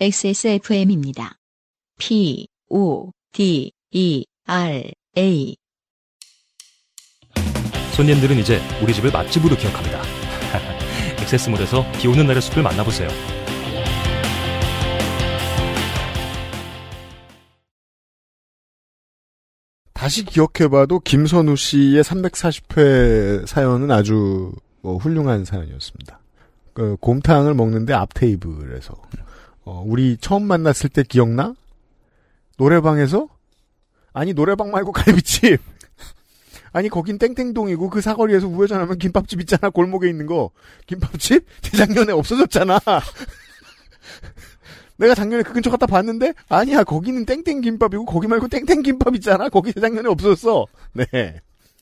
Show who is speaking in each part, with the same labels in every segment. Speaker 1: XSFM입니다. P, O, D, E, R, A.
Speaker 2: 손님들은 이제 우리 집을 맛집으로 기억합니다. 액세스몰에서 비 오는 날의 숲을 만나보세요.
Speaker 3: 다시 기억해봐도 김선우 씨의 340회 사연은 아주 뭐 훌륭한 사연이었습니다. 그 곰탕을 먹는데 앞 테이블에서 어, 우리 처음 만났을 때 기억나? 노래방에서 아니 노래방 말고 갈비집 아니 거긴 땡땡동이고 그 사거리에서 우회전하면 김밥집 있잖아 골목에 있는 거 김밥집 재작년에 없어졌잖아 내가 작년에 그 근처 갔다 봤는데 아니야 거기는 땡땡 김밥이고 거기 말고 땡땡 김밥 있잖아 거기 재작년에 없어졌어 네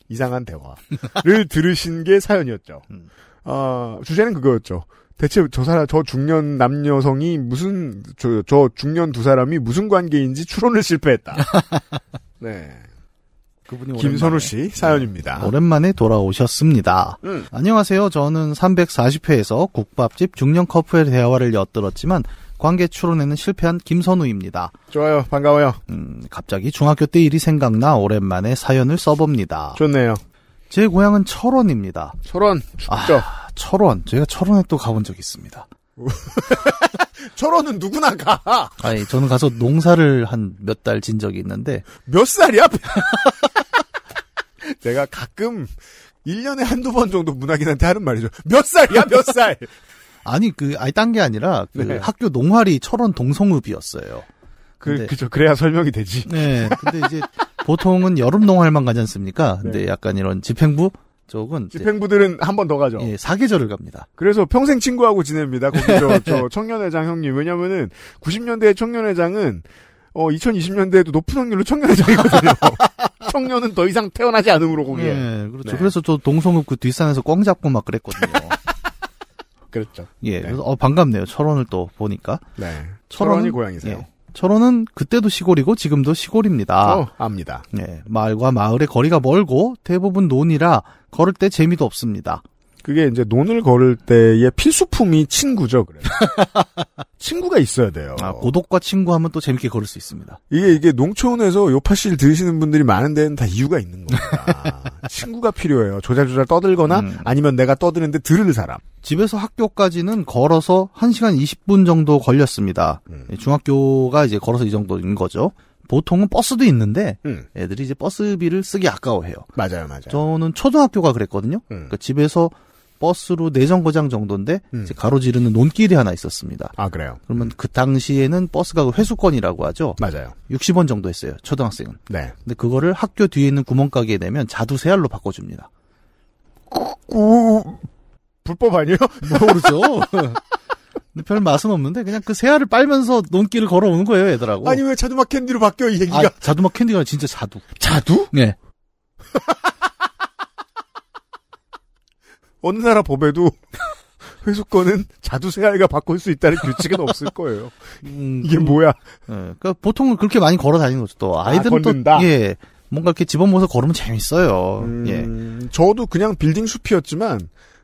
Speaker 3: 이상한 대화를 들으신 게 사연이었죠
Speaker 4: 음.
Speaker 3: 아 주제는 그거였죠 대체 저 사람 저 중년 남녀성이 무슨 저, 저 중년 두 사람이 무슨 관계인지 추론을 실패했다 네
Speaker 4: 그분이
Speaker 3: 김선우
Speaker 4: 오랜만에-
Speaker 3: 씨
Speaker 4: 네.
Speaker 3: 사연입니다
Speaker 4: 아. 오랜만에 돌아오셨습니다.
Speaker 3: 음.
Speaker 4: 안녕하세요. 저는 340회에서 국밥집 중년 커플의 대화를 엿들었지만 관계 추론에는 실패한 김선우입니다.
Speaker 3: 좋아요 반가워요
Speaker 4: 음, 갑자기 중학교 때 일이 생각나 오랜만에 사연을 써봅니다.
Speaker 3: 좋네요
Speaker 4: 아. 제 고향은 철원입니다.
Speaker 3: 철원 춥죠
Speaker 4: 아, 철원. 제가 철원에 또 가본 적이 있습니다.
Speaker 3: 철원은 누구나 가
Speaker 4: 아니, 저는 가서 농사를 한 몇 달 진 적이 있는데
Speaker 3: 몇 살이야? 제가 가끔 1년에 한두 번 정도 문학인한테 하는 말이죠. 몇 살이야? 몇 살?
Speaker 4: 아니 그 아니 딴 게 아니라 그
Speaker 3: 네.
Speaker 4: 학교 농활이 철원 동성읍이었어요.
Speaker 3: 그,
Speaker 4: 근데-
Speaker 3: 그죠. 그래야 설명이 되지.
Speaker 4: 네. 근데 이제 보통은 여름 농활만 가지
Speaker 3: 네.
Speaker 4: 않습니까? 근데 약간 이런 집행부 쪽은 이제,
Speaker 3: 집행부들은 한 번 더 가죠.
Speaker 4: 예, 사계절을 갑니다.
Speaker 3: 그래서 평생 친구하고 지냅니다. 거기 저, 저 청년회장 형님. 왜냐면은 90년대 청년회장은 어, 2020년대에도 높은 확률로 청년회장이거든요. 청년은 더 이상 태어나지 않음으로 거기에.
Speaker 4: 예, 그렇죠.
Speaker 3: 네.
Speaker 4: 그래서 저 동성읍 그 뒷산에서 꽝 잡고 막 그랬거든요.
Speaker 3: 그렇죠.
Speaker 4: 예. 그래서 어 반갑네요. 철원을 또 보니까.
Speaker 3: 네. 철원이
Speaker 4: 철원은-
Speaker 3: 고향이세요.
Speaker 4: 예. 아. 철원은 그때도 시골이고 지금도 시골입니다.
Speaker 3: 어, 압니다.
Speaker 4: 예, 마을과 마을의 거리가 멀고 대부분 논이라 걸을 때 재미도 없습니다.
Speaker 3: 그게 이제 논을 걸을 때의 필수품이 친구죠. 그래. 친구가 있어야 돼요.
Speaker 4: 아, 고독과 친구하면 또 재밌게 걸을 수 있습니다.
Speaker 3: 이게 이게 농촌에서 요파씨를 들으시는 분들이 많은 데는 다 이유가 있는 겁니다. 친구가 필요해요. 조잘조잘 떠들거나
Speaker 4: 음.
Speaker 3: 아니면 내가 떠드는데 들을 사람.
Speaker 4: 집에서 학교까지는 걸어서 1시간 20분 정도 걸렸습니다.
Speaker 3: 음.
Speaker 4: 예, 중학교가 이제 걸어서 이 정도인 거죠. 보통은 버스도 있는데
Speaker 3: 음,
Speaker 4: 애들이 이제 버스비를 쓰기 아까워해요.
Speaker 3: 맞아요, 맞아요.
Speaker 4: 저는 초등학교가 그랬거든요.
Speaker 3: 음.
Speaker 4: 그러니까 집에서 버스로 내정거장 정도인데
Speaker 3: 음.
Speaker 4: 이제 가로지르는 논길이 하나 있었습니다.
Speaker 3: 아 그래요.
Speaker 4: 그러면 그 당시에는 버스가 그 회수권이라고 하죠.
Speaker 3: 맞아요.
Speaker 4: 60원 정도 했어요. 초등학생은.
Speaker 3: 네.
Speaker 4: 근데 그거를 학교 뒤에 있는 구멍가게에 내면 자두 세알로 바꿔줍니다.
Speaker 3: 오, 불법 아니에요?
Speaker 4: 모르죠. 근데 별 맛은 없는데 그냥 그 세알을 빨면서 논길을 걸어오는 거예요, 애들하고.
Speaker 3: 아니 왜 자두막 캔디로 바뀌어 이 얘기가?
Speaker 4: 뭐. 아, 자두막 캔디가 아니라 진짜 자두.
Speaker 3: 자두?
Speaker 4: 네.
Speaker 3: 어느 나라 법에도 회수권은 자두 생활과 바꿀 수 있다는 규칙은 없을 거예요.
Speaker 4: 음,
Speaker 3: 이게
Speaker 4: 그-
Speaker 3: 뭐야?
Speaker 4: 예, 그러니까 보통은 그렇게 많이 걸어 다니는 거죠. 또
Speaker 3: 아,
Speaker 4: 아이들은
Speaker 3: 걷는다?
Speaker 4: 또 예. 뭔가 이렇게 집어모아서 걸으면 재밌어요. 예.
Speaker 3: 음, 저도 그냥 빌딩 숲이었지만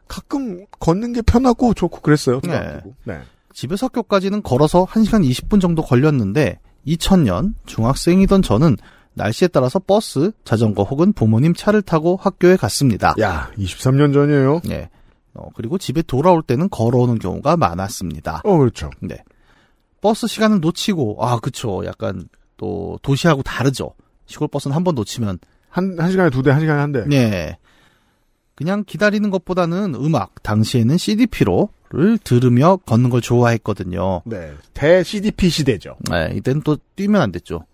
Speaker 3: 가끔 걷는 게 편하고 좋고 그랬어요.
Speaker 4: 네.
Speaker 3: 중학교고. 네.
Speaker 4: 집에서 학교까지는 걸어서 1시간 20분 정도 걸렸는데 2000년 중학생이던 저는 날씨에 따라서 버스, 자전거 혹은 부모님 차를 타고 학교에 갔습니다.
Speaker 3: 야, 23년 전이에요.
Speaker 4: 예. 어, 그리고 집에 돌아올 때는 걸어오는 경우가 많았습니다.
Speaker 3: 어, 그렇죠.
Speaker 4: 네. 버스 시간을 놓치고, 아, 그쵸. 약간 또 도시하고 다르죠. 시골 버스는 한 번 놓치면.
Speaker 3: 한, 한 시간에 두 대, 한 시간에 한 대.
Speaker 4: 네. 그냥 기다리는 것보다는 음악, 당시에는 CDP로를 들으며 걷는 걸 좋아했거든요.
Speaker 3: 네. 대 CDP 시대죠.
Speaker 4: 네, 이때는 또 뛰면 안 됐죠.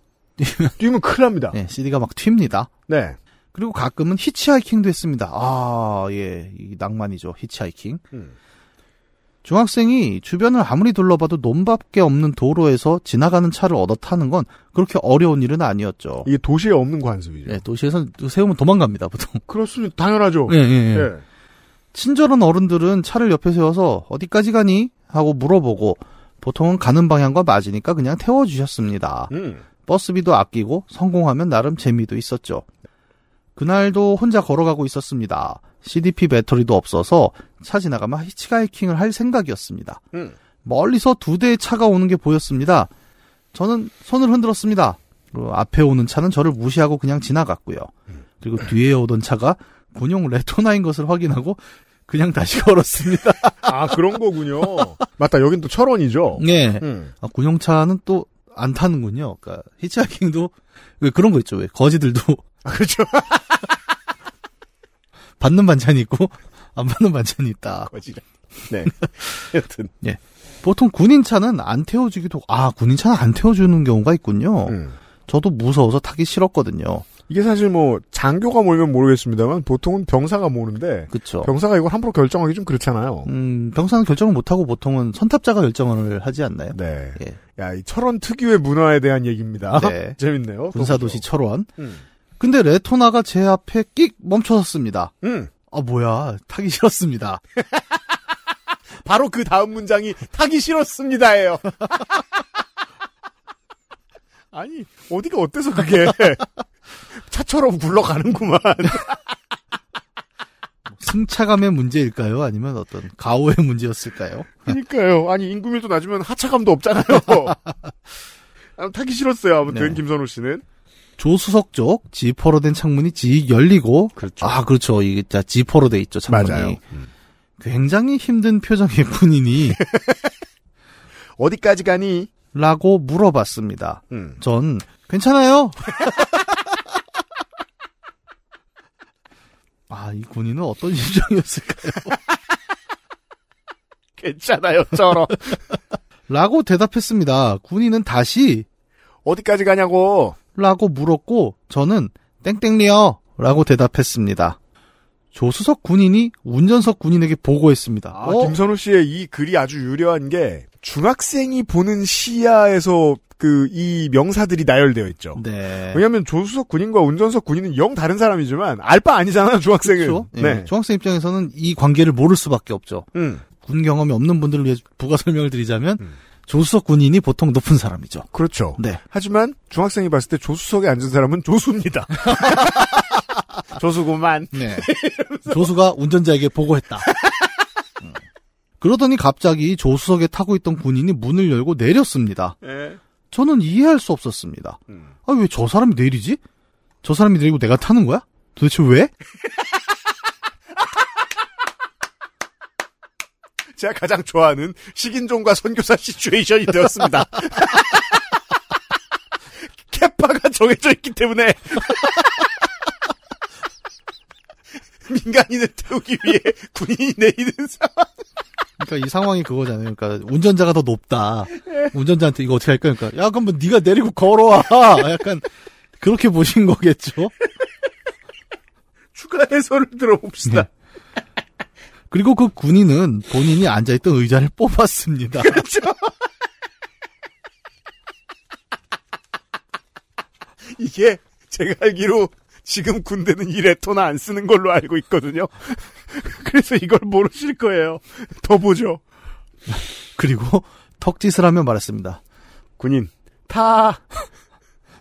Speaker 3: 뛰면 큰일 납니다.
Speaker 4: 네, CD가 막 튑니다.
Speaker 3: 네.
Speaker 4: 그리고 가끔은 히치하이킹도 했습니다. 아, 예. 이 낭만이죠. 히치하이킹.
Speaker 3: 음.
Speaker 4: 중학생이 주변을 아무리 둘러봐도 논밖에 없는 도로에서 지나가는 차를 얻어 타는 건 그렇게 어려운 일은 아니었죠.
Speaker 3: 이게 도시에 없는 관습이죠.
Speaker 4: 예, 도시에서는 세우면 도망갑니다, 보통.
Speaker 3: 그렇습니다. 당연하죠.
Speaker 4: 예, 예, 예.
Speaker 3: 예.
Speaker 4: 친절한 어른들은 차를 옆에 세워서 어디까지 가니? 하고 물어보고 보통은 가는 방향과 맞으니까 그냥 태워주셨습니다.
Speaker 3: 음.
Speaker 4: 버스비도 아끼고 성공하면 나름 재미도 있었죠. 그날도 혼자 걸어가고 있었습니다. CDP 배터리도 없어서 차 지나가면 히치하이킹을 할 생각이었습니다.
Speaker 3: 음.
Speaker 4: 멀리서 두 대의 차가 오는 게 보였습니다. 저는 손을 흔들었습니다. 그리고 앞에 오는 차는 저를 무시하고 그냥 지나갔고요. 그리고 뒤에 오던 차가 군용 레토나인 것을 확인하고 그냥 다시 걸었습니다.
Speaker 3: 아 그런 거군요. 맞다 여긴 또 철원이죠.
Speaker 4: 네.
Speaker 3: 음.
Speaker 4: 아, 군용차는 또 안 타는군요. 그러니까 히치하이킹도 왜 그런 거 있죠. 왜 거지들도
Speaker 3: 아, 그렇죠.
Speaker 4: 받는 반찬이 있고 안 받는 반찬이 있다.
Speaker 3: 거지라. 네. 여튼.
Speaker 4: 보통 군인차는 안 태워주기도 아 군인차는 안 태워주는 경우가 있군요.
Speaker 3: 음.
Speaker 4: 저도 무서워서 타기 싫었거든요.
Speaker 3: 이게 사실 뭐 장교가 몰면 모르겠습니다만 보통은 병사가 모는데
Speaker 4: 그쵸.
Speaker 3: 병사가 이걸 함부로 결정하기 좀 그렇잖아요.
Speaker 4: 음, 병사는 결정을 못하고 보통은 선탑자가 결정을 하지 않나요?
Speaker 3: 네.
Speaker 4: 예.
Speaker 3: 야, 이 철원 특유의 문화에 대한 얘기입니다.
Speaker 4: 네.
Speaker 3: 재밌네요.
Speaker 4: 군사도시 철원.
Speaker 3: 음.
Speaker 4: 근데 레토나가 제 앞에 끽 멈춰섰습니다.
Speaker 3: 음.
Speaker 4: 아, 뭐야. 타기 싫었습니다.
Speaker 3: 바로 그 다음 문장이 타기 싫었습니다예요. 아니, 어디가 어때서 그게 차처럼 굴러가는구만.
Speaker 4: 승차감의 문제일까요? 아니면 어떤 가오의 문제였을까요?
Speaker 3: 그러니까요. 아니, 인구밀도 낮으면 하차감도 없잖아요. 아, 타기 싫었어요. 아무튼
Speaker 4: 네.
Speaker 3: 김선호 씨는.
Speaker 4: 조수석 쪽 지퍼로 된 창문이 지익 열리고
Speaker 3: 그렇죠.
Speaker 4: 아 그렇죠 이게 다 지퍼로 돼 있죠 창문이
Speaker 3: 음.
Speaker 4: 굉장히 힘든 표정의 군인이
Speaker 3: 어디까지 가니?
Speaker 4: 라고 물어봤습니다
Speaker 3: 음.
Speaker 4: 전 괜찮아요 아이 군인은 어떤 심정이었을까
Speaker 3: 괜찮아요, 저런.
Speaker 4: 라고 대답했습니다 군인은 다시
Speaker 3: 어디까지 가냐고.
Speaker 4: 라고 물었고 저는 땡땡리요 라고 대답했습니다 조수석 군인이 운전석 군인에게 보고했습니다
Speaker 3: 아,
Speaker 4: 어?
Speaker 3: 김선호 씨의 이 글이 아주 유려한 게 중학생이 보는 시야에서 그 이 명사들이 나열되어 있죠.
Speaker 4: 네.
Speaker 3: 왜냐하면 조수석 군인과 운전석 군인은 영 다른 사람이지만 알 바 아니잖아요, 중학생은.
Speaker 4: 그렇죠? 예,
Speaker 3: 네.
Speaker 4: 중학생 입장에서는 이 관계를 모를 수밖에 없죠.
Speaker 3: 음,
Speaker 4: 군 경험이 없는 분들을 위해 부가 설명을 드리자면
Speaker 3: 음.
Speaker 4: 조수석 군인이 보통 높은 사람이죠.
Speaker 3: 그렇죠.
Speaker 4: 네.
Speaker 3: 하지만 중학생이 봤을 때 조수석에 앉은 사람은 조수입니다. 조수구만.
Speaker 4: 네. 조수가 운전자에게 보고했다. 음. 그러더니 갑자기 조수석에 타고 있던 군인이 문을 열고 내렸습니다.
Speaker 3: 예.
Speaker 4: 저는 이해할 수 없었습니다.
Speaker 3: 음.
Speaker 4: 아, 왜 저 사람이 내리지? 저 사람이 내리고 내가 타는 거야? 도대체 왜?
Speaker 3: 제가 가장 좋아하는 식인종과 선교사 시츄에이션이 되었습니다. 캐파가 정해져 있기 때문에 민간인을 태우기 위해 군인이 내리는 상황.
Speaker 4: 그러니까 이 상황이 그거잖아요. 그러니까 운전자가 더 높다. 운전자한테 이거 어떻게 할 거야? 그러니까 야 그럼 뭐 네가 내리고 걸어와. 약간 그렇게 보신 거겠죠.
Speaker 3: 추가 해설을 들어봅시다.
Speaker 4: 네. 그리고 그 군인은 본인이 앉아있던 의자를 뽑았습니다.
Speaker 3: 이게 제가 알기로 지금 군대는 이 레토나 안 쓰는 걸로 알고 있거든요. 그래서 이걸 모르실 거예요. 더 보죠.
Speaker 4: 그리고 턱짓을 하며 말했습니다.
Speaker 3: 군인 타.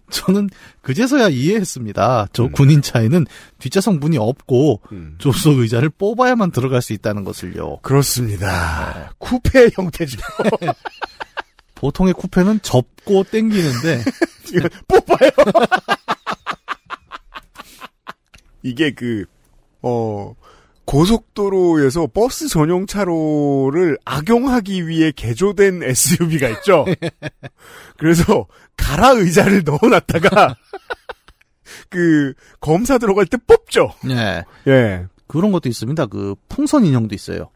Speaker 4: 저는 그제서야 이해했습니다. 저 군인 차에는 뒷좌석 문이 없고
Speaker 3: 음.
Speaker 4: 조수석 의자를 뽑아야만 들어갈 수 있다는 것을요.
Speaker 3: 그렇습니다. 쿠페 형태죠.
Speaker 4: 보통의 쿠페는 접고 땡기는데
Speaker 3: 이거 뽑아요. 이게 그, 어, 고속도로에서 버스 전용 차로를 악용하기 위해 개조된 SUV가 있죠. 그래서 가라 의자를 넣어놨다가 그 검사 들어갈 때 뽑죠.
Speaker 4: 예,
Speaker 3: 예.
Speaker 4: 그런 것도 있습니다. 그 풍선 인형도 있어요.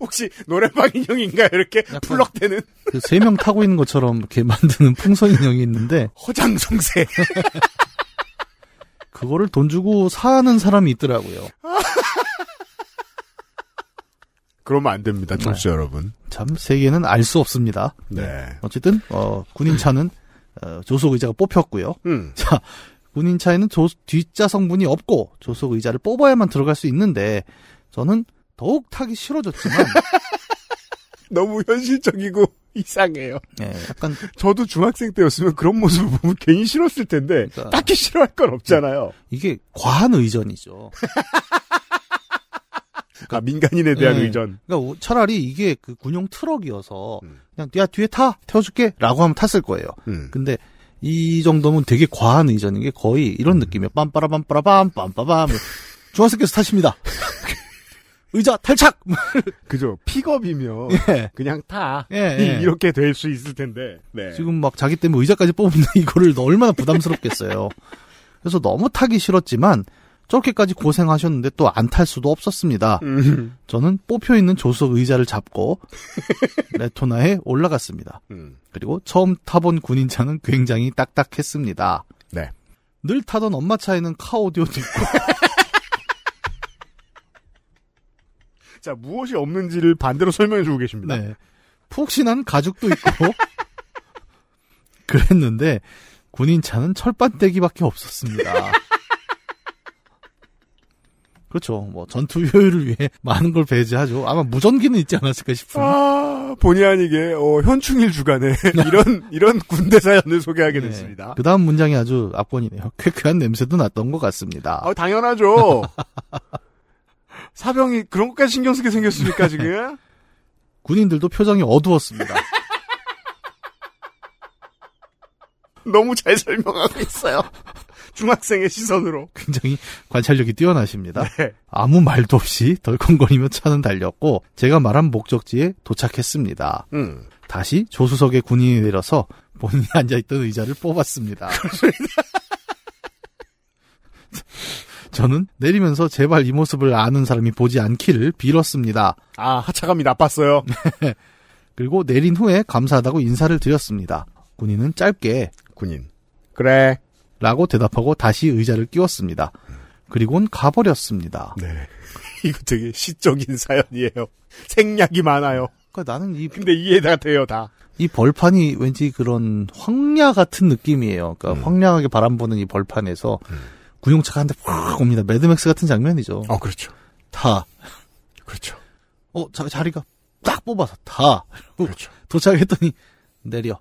Speaker 3: 혹시 노래방 인형인가요? 이렇게
Speaker 4: 약간-
Speaker 3: 풀럭대는
Speaker 4: 그 세 명 타고 있는 것처럼 이렇게 만드는 풍선 인형이 있는데
Speaker 3: 허장성세.
Speaker 4: 그거를 돈 주고 사는 사람이 있더라고요.
Speaker 3: 그러면 안 됩니다, 청취자 여러분.
Speaker 4: 참 세계는 알 수 없습니다.
Speaker 3: 네.
Speaker 4: 어쨌든 어, 군인차는 어, 조석 의자가 뽑혔고요.
Speaker 3: 음.
Speaker 4: 자 군인차에는 조- 뒷좌석 문이 없고 조석 의자를 뽑아야만 들어갈 수 있는데 저는 더욱 타기 싫어졌지만
Speaker 3: 너무 현실적이고 이상해요.
Speaker 4: 예, 약간
Speaker 3: 저도 중학생 때였으면 그런 모습을 보면 괜히 싫었을 텐데
Speaker 4: 그러니까. 네.
Speaker 3: 딱히 싫어할 건 없잖아요.
Speaker 4: 이게 과한 의전이죠.
Speaker 3: 아, 민간인에 대한
Speaker 4: 네.
Speaker 3: 의전.
Speaker 4: 그러니까 우- 차라리 이게 그 군용 트럭이어서
Speaker 3: 음.
Speaker 4: 그냥 야 뒤에 타 태워줄게라고 하면 탔을 거예요.
Speaker 3: 음.
Speaker 4: 근데 이 정도면 되게 과한 의전인 게 거의 이런 느낌이에요. 빰빠라 빰빠라 빰 빰빠밤 중학생께서 타십니다. 의자 탈착.
Speaker 3: 그죠. 픽업이면
Speaker 4: 예.
Speaker 3: 그냥 타.
Speaker 4: 예, 예.
Speaker 3: 이- 이렇게 될 수 있을 텐데. 네.
Speaker 4: 지금 막 자기 때문에 의자까지 뽑는데 이거를 얼마나 부담스럽겠어요. 그래서 너무 타기 싫었지만 저렇게까지 고생하셨는데 또 안 탈 수도 없었습니다.
Speaker 3: 음.
Speaker 4: 저는 뽑혀 있는 조수석 의자를 잡고 레토나에 올라갔습니다.
Speaker 3: 음.
Speaker 4: 그리고 처음 타본 군인차는 굉장히 딱딱했습니다.
Speaker 3: 네.
Speaker 4: 늘 타던 엄마 차에는 카오디오도 있고
Speaker 3: 자, 무엇이 없는지를 반대로 설명해 주고 계십니다.
Speaker 4: 네. 푹신한 가죽도 있고 그랬는데 군인차는 철판떼기밖에 없었습니다. 그렇죠. 뭐 전투 효율을 위해 많은 걸 배제하죠. 아마 무전기는 있지 않았을까 싶은.
Speaker 3: 아, 본의 아니게 어, 현충일 주간에 이런 이런 군대 사연을 소개하게 됐습니다.
Speaker 4: 네. 그 다음 문장이 아주 압권이네요. 쾌쾌한 냄새도 났던 것 같습니다.
Speaker 3: 아, 당연하죠. 사병이 그런 것까지 신경 쓰게 생겼습니까 지금?
Speaker 4: 군인들도 표정이 어두웠습니다.
Speaker 3: 너무 잘 설명하고 있어요. 중학생의 시선으로.
Speaker 4: 굉장히 관찰력이 뛰어나십니다.
Speaker 3: 네.
Speaker 4: 아무 말도 없이 덜컹거리며 차는 달렸고 제가 말한 목적지에 도착했습니다.
Speaker 3: 음.
Speaker 4: 다시 조수석에 군인이 내려서 본인이 앉아있던 의자를 뽑았습니다. 저는 내리면서 제발 이 모습을 아는 사람이 보지 않기를 빌었습니다.
Speaker 3: 아 하차감이 나빴어요.
Speaker 4: 그리고 내린 후에 감사하다고 인사를 드렸습니다. 군인은 짧게
Speaker 3: 군인. 그래.
Speaker 4: 라고 대답하고 다시 의자를 끼웠습니다. 그리곤 가버렸습니다.
Speaker 3: 네. 이거 되게 시적인 사연이에요. 생략이 많아요.
Speaker 4: 그러니까 나는 이,
Speaker 3: 근데 이해가 돼요 다.
Speaker 4: 이 벌판이 왠지 그런 황야 같은 느낌이에요. 그러니까
Speaker 3: 음.
Speaker 4: 황량하게 바람 부는 이 벌판에서 군용차가 한 대 확 옵니다. 매드맥스 같은 장면이죠.
Speaker 3: 어 그렇죠.
Speaker 4: 타.
Speaker 3: 그렇죠.
Speaker 4: 어, 자, 자리가 딱 뽑아서 타.
Speaker 3: 그렇죠.
Speaker 4: 도착했더니 내려.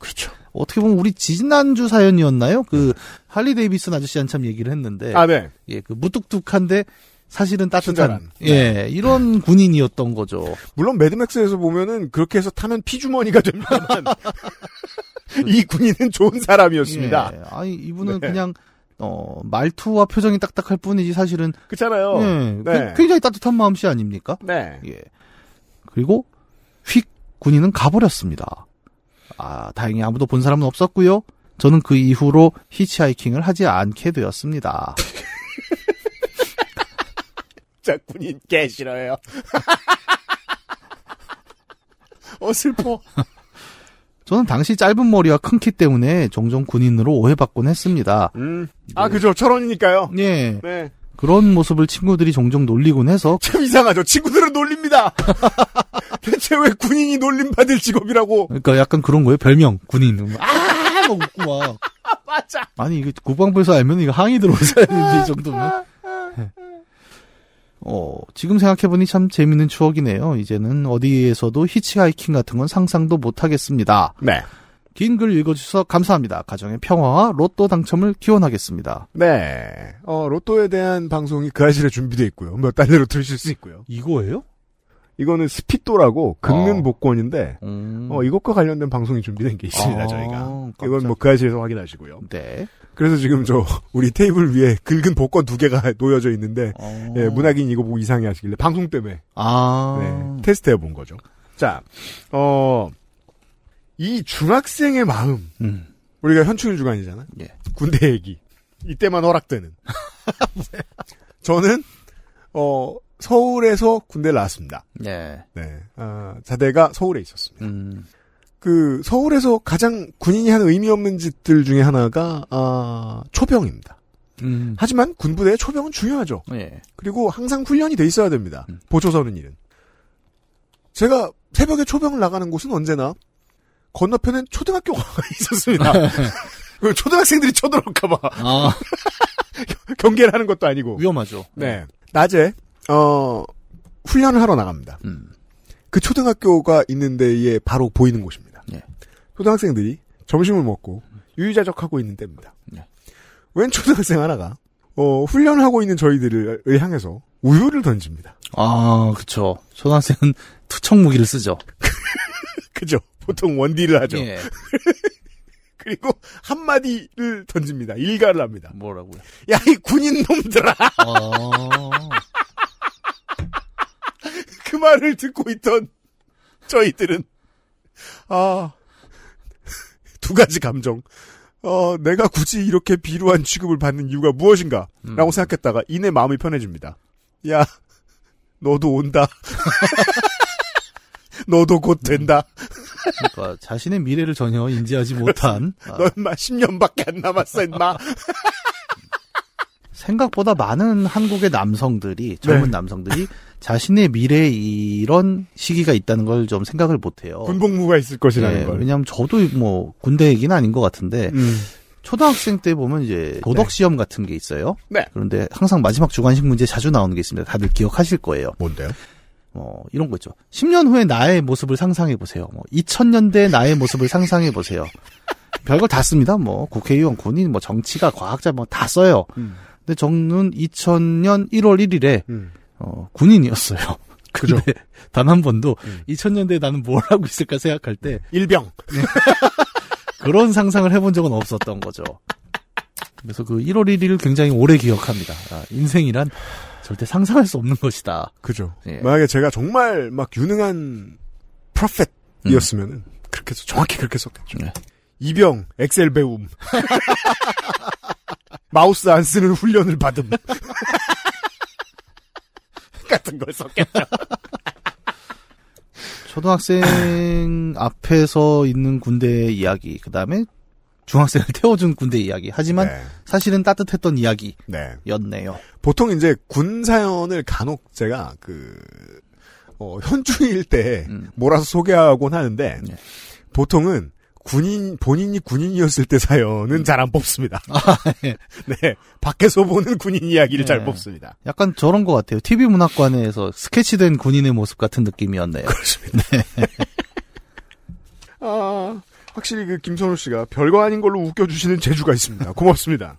Speaker 3: 그렇죠.
Speaker 4: 어떻게 보면 우리 지난주 사연이었나요? 그 할리 데이비슨 아저씨 한참 얘기를 했는데
Speaker 3: 음. 아 네.
Speaker 4: 예, 그 무뚝뚝한데 사실은 따뜻한
Speaker 3: 친절한. 네.
Speaker 4: 예, 이런 군인이었던 거죠.
Speaker 3: 물론 매드맥스에서 보면은 그렇게 해서 타면 피주머니가 됩니다만 이 군인은 좋은 사람이었습니다.
Speaker 4: 예, 아니 이분은
Speaker 3: 네.
Speaker 4: 그냥 어, 말투와 표정이 딱딱할 뿐이지 사실은
Speaker 3: 그렇잖아요.
Speaker 4: 예,
Speaker 3: 네.
Speaker 4: 그- 굉장히 따뜻한 마음씨 아닙니까?
Speaker 3: 네.
Speaker 4: 예. 그리고 휙 군인은 가버렸습니다. 아, 다행히 아무도 본 사람은 없었고요. 저는 그 이후로 히치하이킹을 하지 않게 되었습니다.
Speaker 3: 자 군인 개 싫어요. 어 슬퍼.
Speaker 4: 저는 당시 짧은 머리와 큰 키 때문에 종종 군인으로 오해받곤 했습니다.
Speaker 3: 음.
Speaker 4: 네.
Speaker 3: 아 그죠 철원이니까요.
Speaker 4: 예.
Speaker 3: 네.
Speaker 4: 그런 모습을 친구들이 종종 놀리곤 해서
Speaker 3: 참 이상하죠. 친구들은 놀립니다. 대체 왜 군인이 놀림받을 직업이라고?
Speaker 4: 그러니까 약간 그런 거예요. 별명 군인. 아, 막 웃고 막.
Speaker 3: 맞아.
Speaker 4: 아니 이게 국방부에서 알면 이거 항의 들어오지 않는데 이 정도면. 예. 어 지금 생각해보니 참 재밌는 추억이네요. 이제는 어디에서도 히치하이킹 같은 건 상상도 못하겠습니다.
Speaker 3: 네.
Speaker 4: 긴 글 읽어주셔서 감사합니다. 가정의 평화와 로또 당첨을 기원하겠습니다.
Speaker 3: 네. 어 로또에 대한 방송이 그 아실에 준비돼 있고요. 몇 달 내로 들으실 수 있고요.
Speaker 4: 이거예요?
Speaker 3: 이거는 스피또라고 긁는
Speaker 4: 어.
Speaker 3: 복권인데
Speaker 4: 음...
Speaker 3: 어, 이것과 관련된 방송이 준비된 게 있습니다,
Speaker 4: 아,
Speaker 3: 저희가.
Speaker 4: 깜짝이야.
Speaker 3: 이건 뭐 그 아실에서 확인하시고요.
Speaker 4: 네.
Speaker 3: 그래서 지금 저, 우리 테이블 위에 긁은 복권 두 개가 놓여져 있는데,
Speaker 4: 어...
Speaker 3: 예, 문학인 이거 보고 이상해 하시길래, 방송 때문에,
Speaker 4: 아
Speaker 3: 네, 테스트 해본 거죠. 자, 어, 이 중학생의 마음,
Speaker 4: 음.
Speaker 3: 우리가 현충일 주간이잖아?
Speaker 4: 예.
Speaker 3: 군대 얘기. 이때만 허락되는. 네. 저는, 어, 서울에서 군대를 나왔습니다.
Speaker 4: 예.
Speaker 3: 네. 아, 자대가 서울에 있었습니다.
Speaker 4: 음.
Speaker 3: 그 서울에서 가장 군인이 하는 의미 없는 짓들 중에 하나가 아, 초병입니다.
Speaker 4: 음.
Speaker 3: 하지만 군부대의 초병은 중요하죠.
Speaker 4: 예.
Speaker 3: 그리고 항상 훈련이 돼 있어야 됩니다.
Speaker 4: 음.
Speaker 3: 보초서는 일은 제가 새벽에 초병을 나가는 곳은 언제나 건너편엔 초등학교가 있었습니다. 그 초등학생들이 쳐들어올까봐
Speaker 4: 아
Speaker 3: 경계를 하는 것도 아니고.
Speaker 4: 위험하죠.
Speaker 3: 네 낮에 어 훈련을 하러 나갑니다.
Speaker 4: 음.
Speaker 3: 그 초등학교가 있는 데에 바로 보이는 곳입니다.
Speaker 4: 예.
Speaker 3: 초등학생들이 점심을 먹고 유유자적하고 있는 때입니다.
Speaker 4: 예.
Speaker 3: 웬 초등학생 하나가 어, 훈련하고 있는 저희들을 향해서 우유를 던집니다.
Speaker 4: 아, 그쵸. 초등학생은 투척 무기를 쓰죠.
Speaker 3: 그죠? 보통 원딜을 하죠.
Speaker 4: 예.
Speaker 3: 그리고 한마디를 던집니다. 일가를 합니다.
Speaker 4: 뭐라고요?
Speaker 3: 야, 이 군인 놈들아!
Speaker 4: 어.
Speaker 3: 그 말을 듣고 있던 저희들은, 아, 두 가지 감정. 어, 내가 굳이 이렇게 비루한 취급을 받는 이유가 무엇인가?
Speaker 4: 음.
Speaker 3: 라고 생각했다가 이내 마음이 편해집니다. 야, 너도 온다. 너도 곧 된다.
Speaker 4: 그러니까 자신의 미래를 전혀 인지하지 못한 아,
Speaker 3: 너 인마 10년밖에 안 남았어, 인마.
Speaker 4: 생각보다 많은 한국의 남성들이 젊은
Speaker 3: 네.
Speaker 4: 남성들이 자신의 미래에 이런 시기가 있다는 걸 좀 생각을 못해요.
Speaker 3: 군복무가 있을 것이라는
Speaker 4: 어. 예,
Speaker 3: 걸.
Speaker 4: 왜냐하면 저도 뭐 군대 얘기는 아닌 것 같은데
Speaker 3: 음.
Speaker 4: 초등학생 때 보면 이제 도덕 시험 같은 게 있어요.
Speaker 3: 네.
Speaker 4: 그런데 항상 마지막 주관식 문제 에 자주 나오는 게 있습니다. 다들 기억하실 거예요.
Speaker 3: 뭔데요?
Speaker 4: 어, 이런 거 있죠. 10년 후의 나의 모습을 상상해 보세요. 뭐 2000년대 나의 모습을 상상해 보세요. 별걸 다 씁니다. 뭐 국회의원, 군인, 뭐 정치가, 과학자 뭐 다 써요.
Speaker 3: 음.
Speaker 4: 근데 저는 2000년 1월 1일에
Speaker 3: 음.
Speaker 4: 어, 군인이었어요.
Speaker 3: 그죠.
Speaker 4: 근데 단 한 번도
Speaker 3: 음.
Speaker 4: 2000년대에 나는 뭘 하고 있을까 생각할 때
Speaker 3: 일병.
Speaker 4: 그런 상상을 해본 적은 없었던 거죠. 그래서 그 1월 1일을 굉장히 오래 기억합니다. 아, 인생이란 절대 상상할 수 없는 것이다.
Speaker 3: 그죠.
Speaker 4: 예.
Speaker 3: 만약에 제가 정말 막 유능한 프로펫이었으면 은 그렇게 써- 정확히 그렇게 썼겠죠.
Speaker 4: 네.
Speaker 3: 이병 엑셀 배움. 마우스 안 쓰는 훈련을 받음. 같은 걸 썼겠죠.
Speaker 4: 초등학생 앞에서 있는 군대 이야기, 그 다음에 중학생을 태워준 군대 이야기. 하지만
Speaker 3: 네.
Speaker 4: 사실은 따뜻했던 이야기였네요.
Speaker 3: 네. 보통 이제 군 사연을 간혹 제가 그 어, 현충일 때
Speaker 4: 음.
Speaker 3: 몰아서 소개하곤 하는데
Speaker 4: 네.
Speaker 3: 보통은 군인 본인이 군인이었을 때 사연은 잘 안 뽑습니다.
Speaker 4: 예.
Speaker 3: 네, 밖에서 보는 군인 이야기를 잘
Speaker 4: 네.
Speaker 3: 뽑습니다.
Speaker 4: 약간 저런 것 같아요. TV 문학관에서 스케치된 군인의 모습 같은 느낌이었네요.
Speaker 3: 그렇습니다. 아, 확실히 그 김선우 씨가 별거 아닌 걸로 웃겨주시는 재주가 있습니다. 고맙습니다.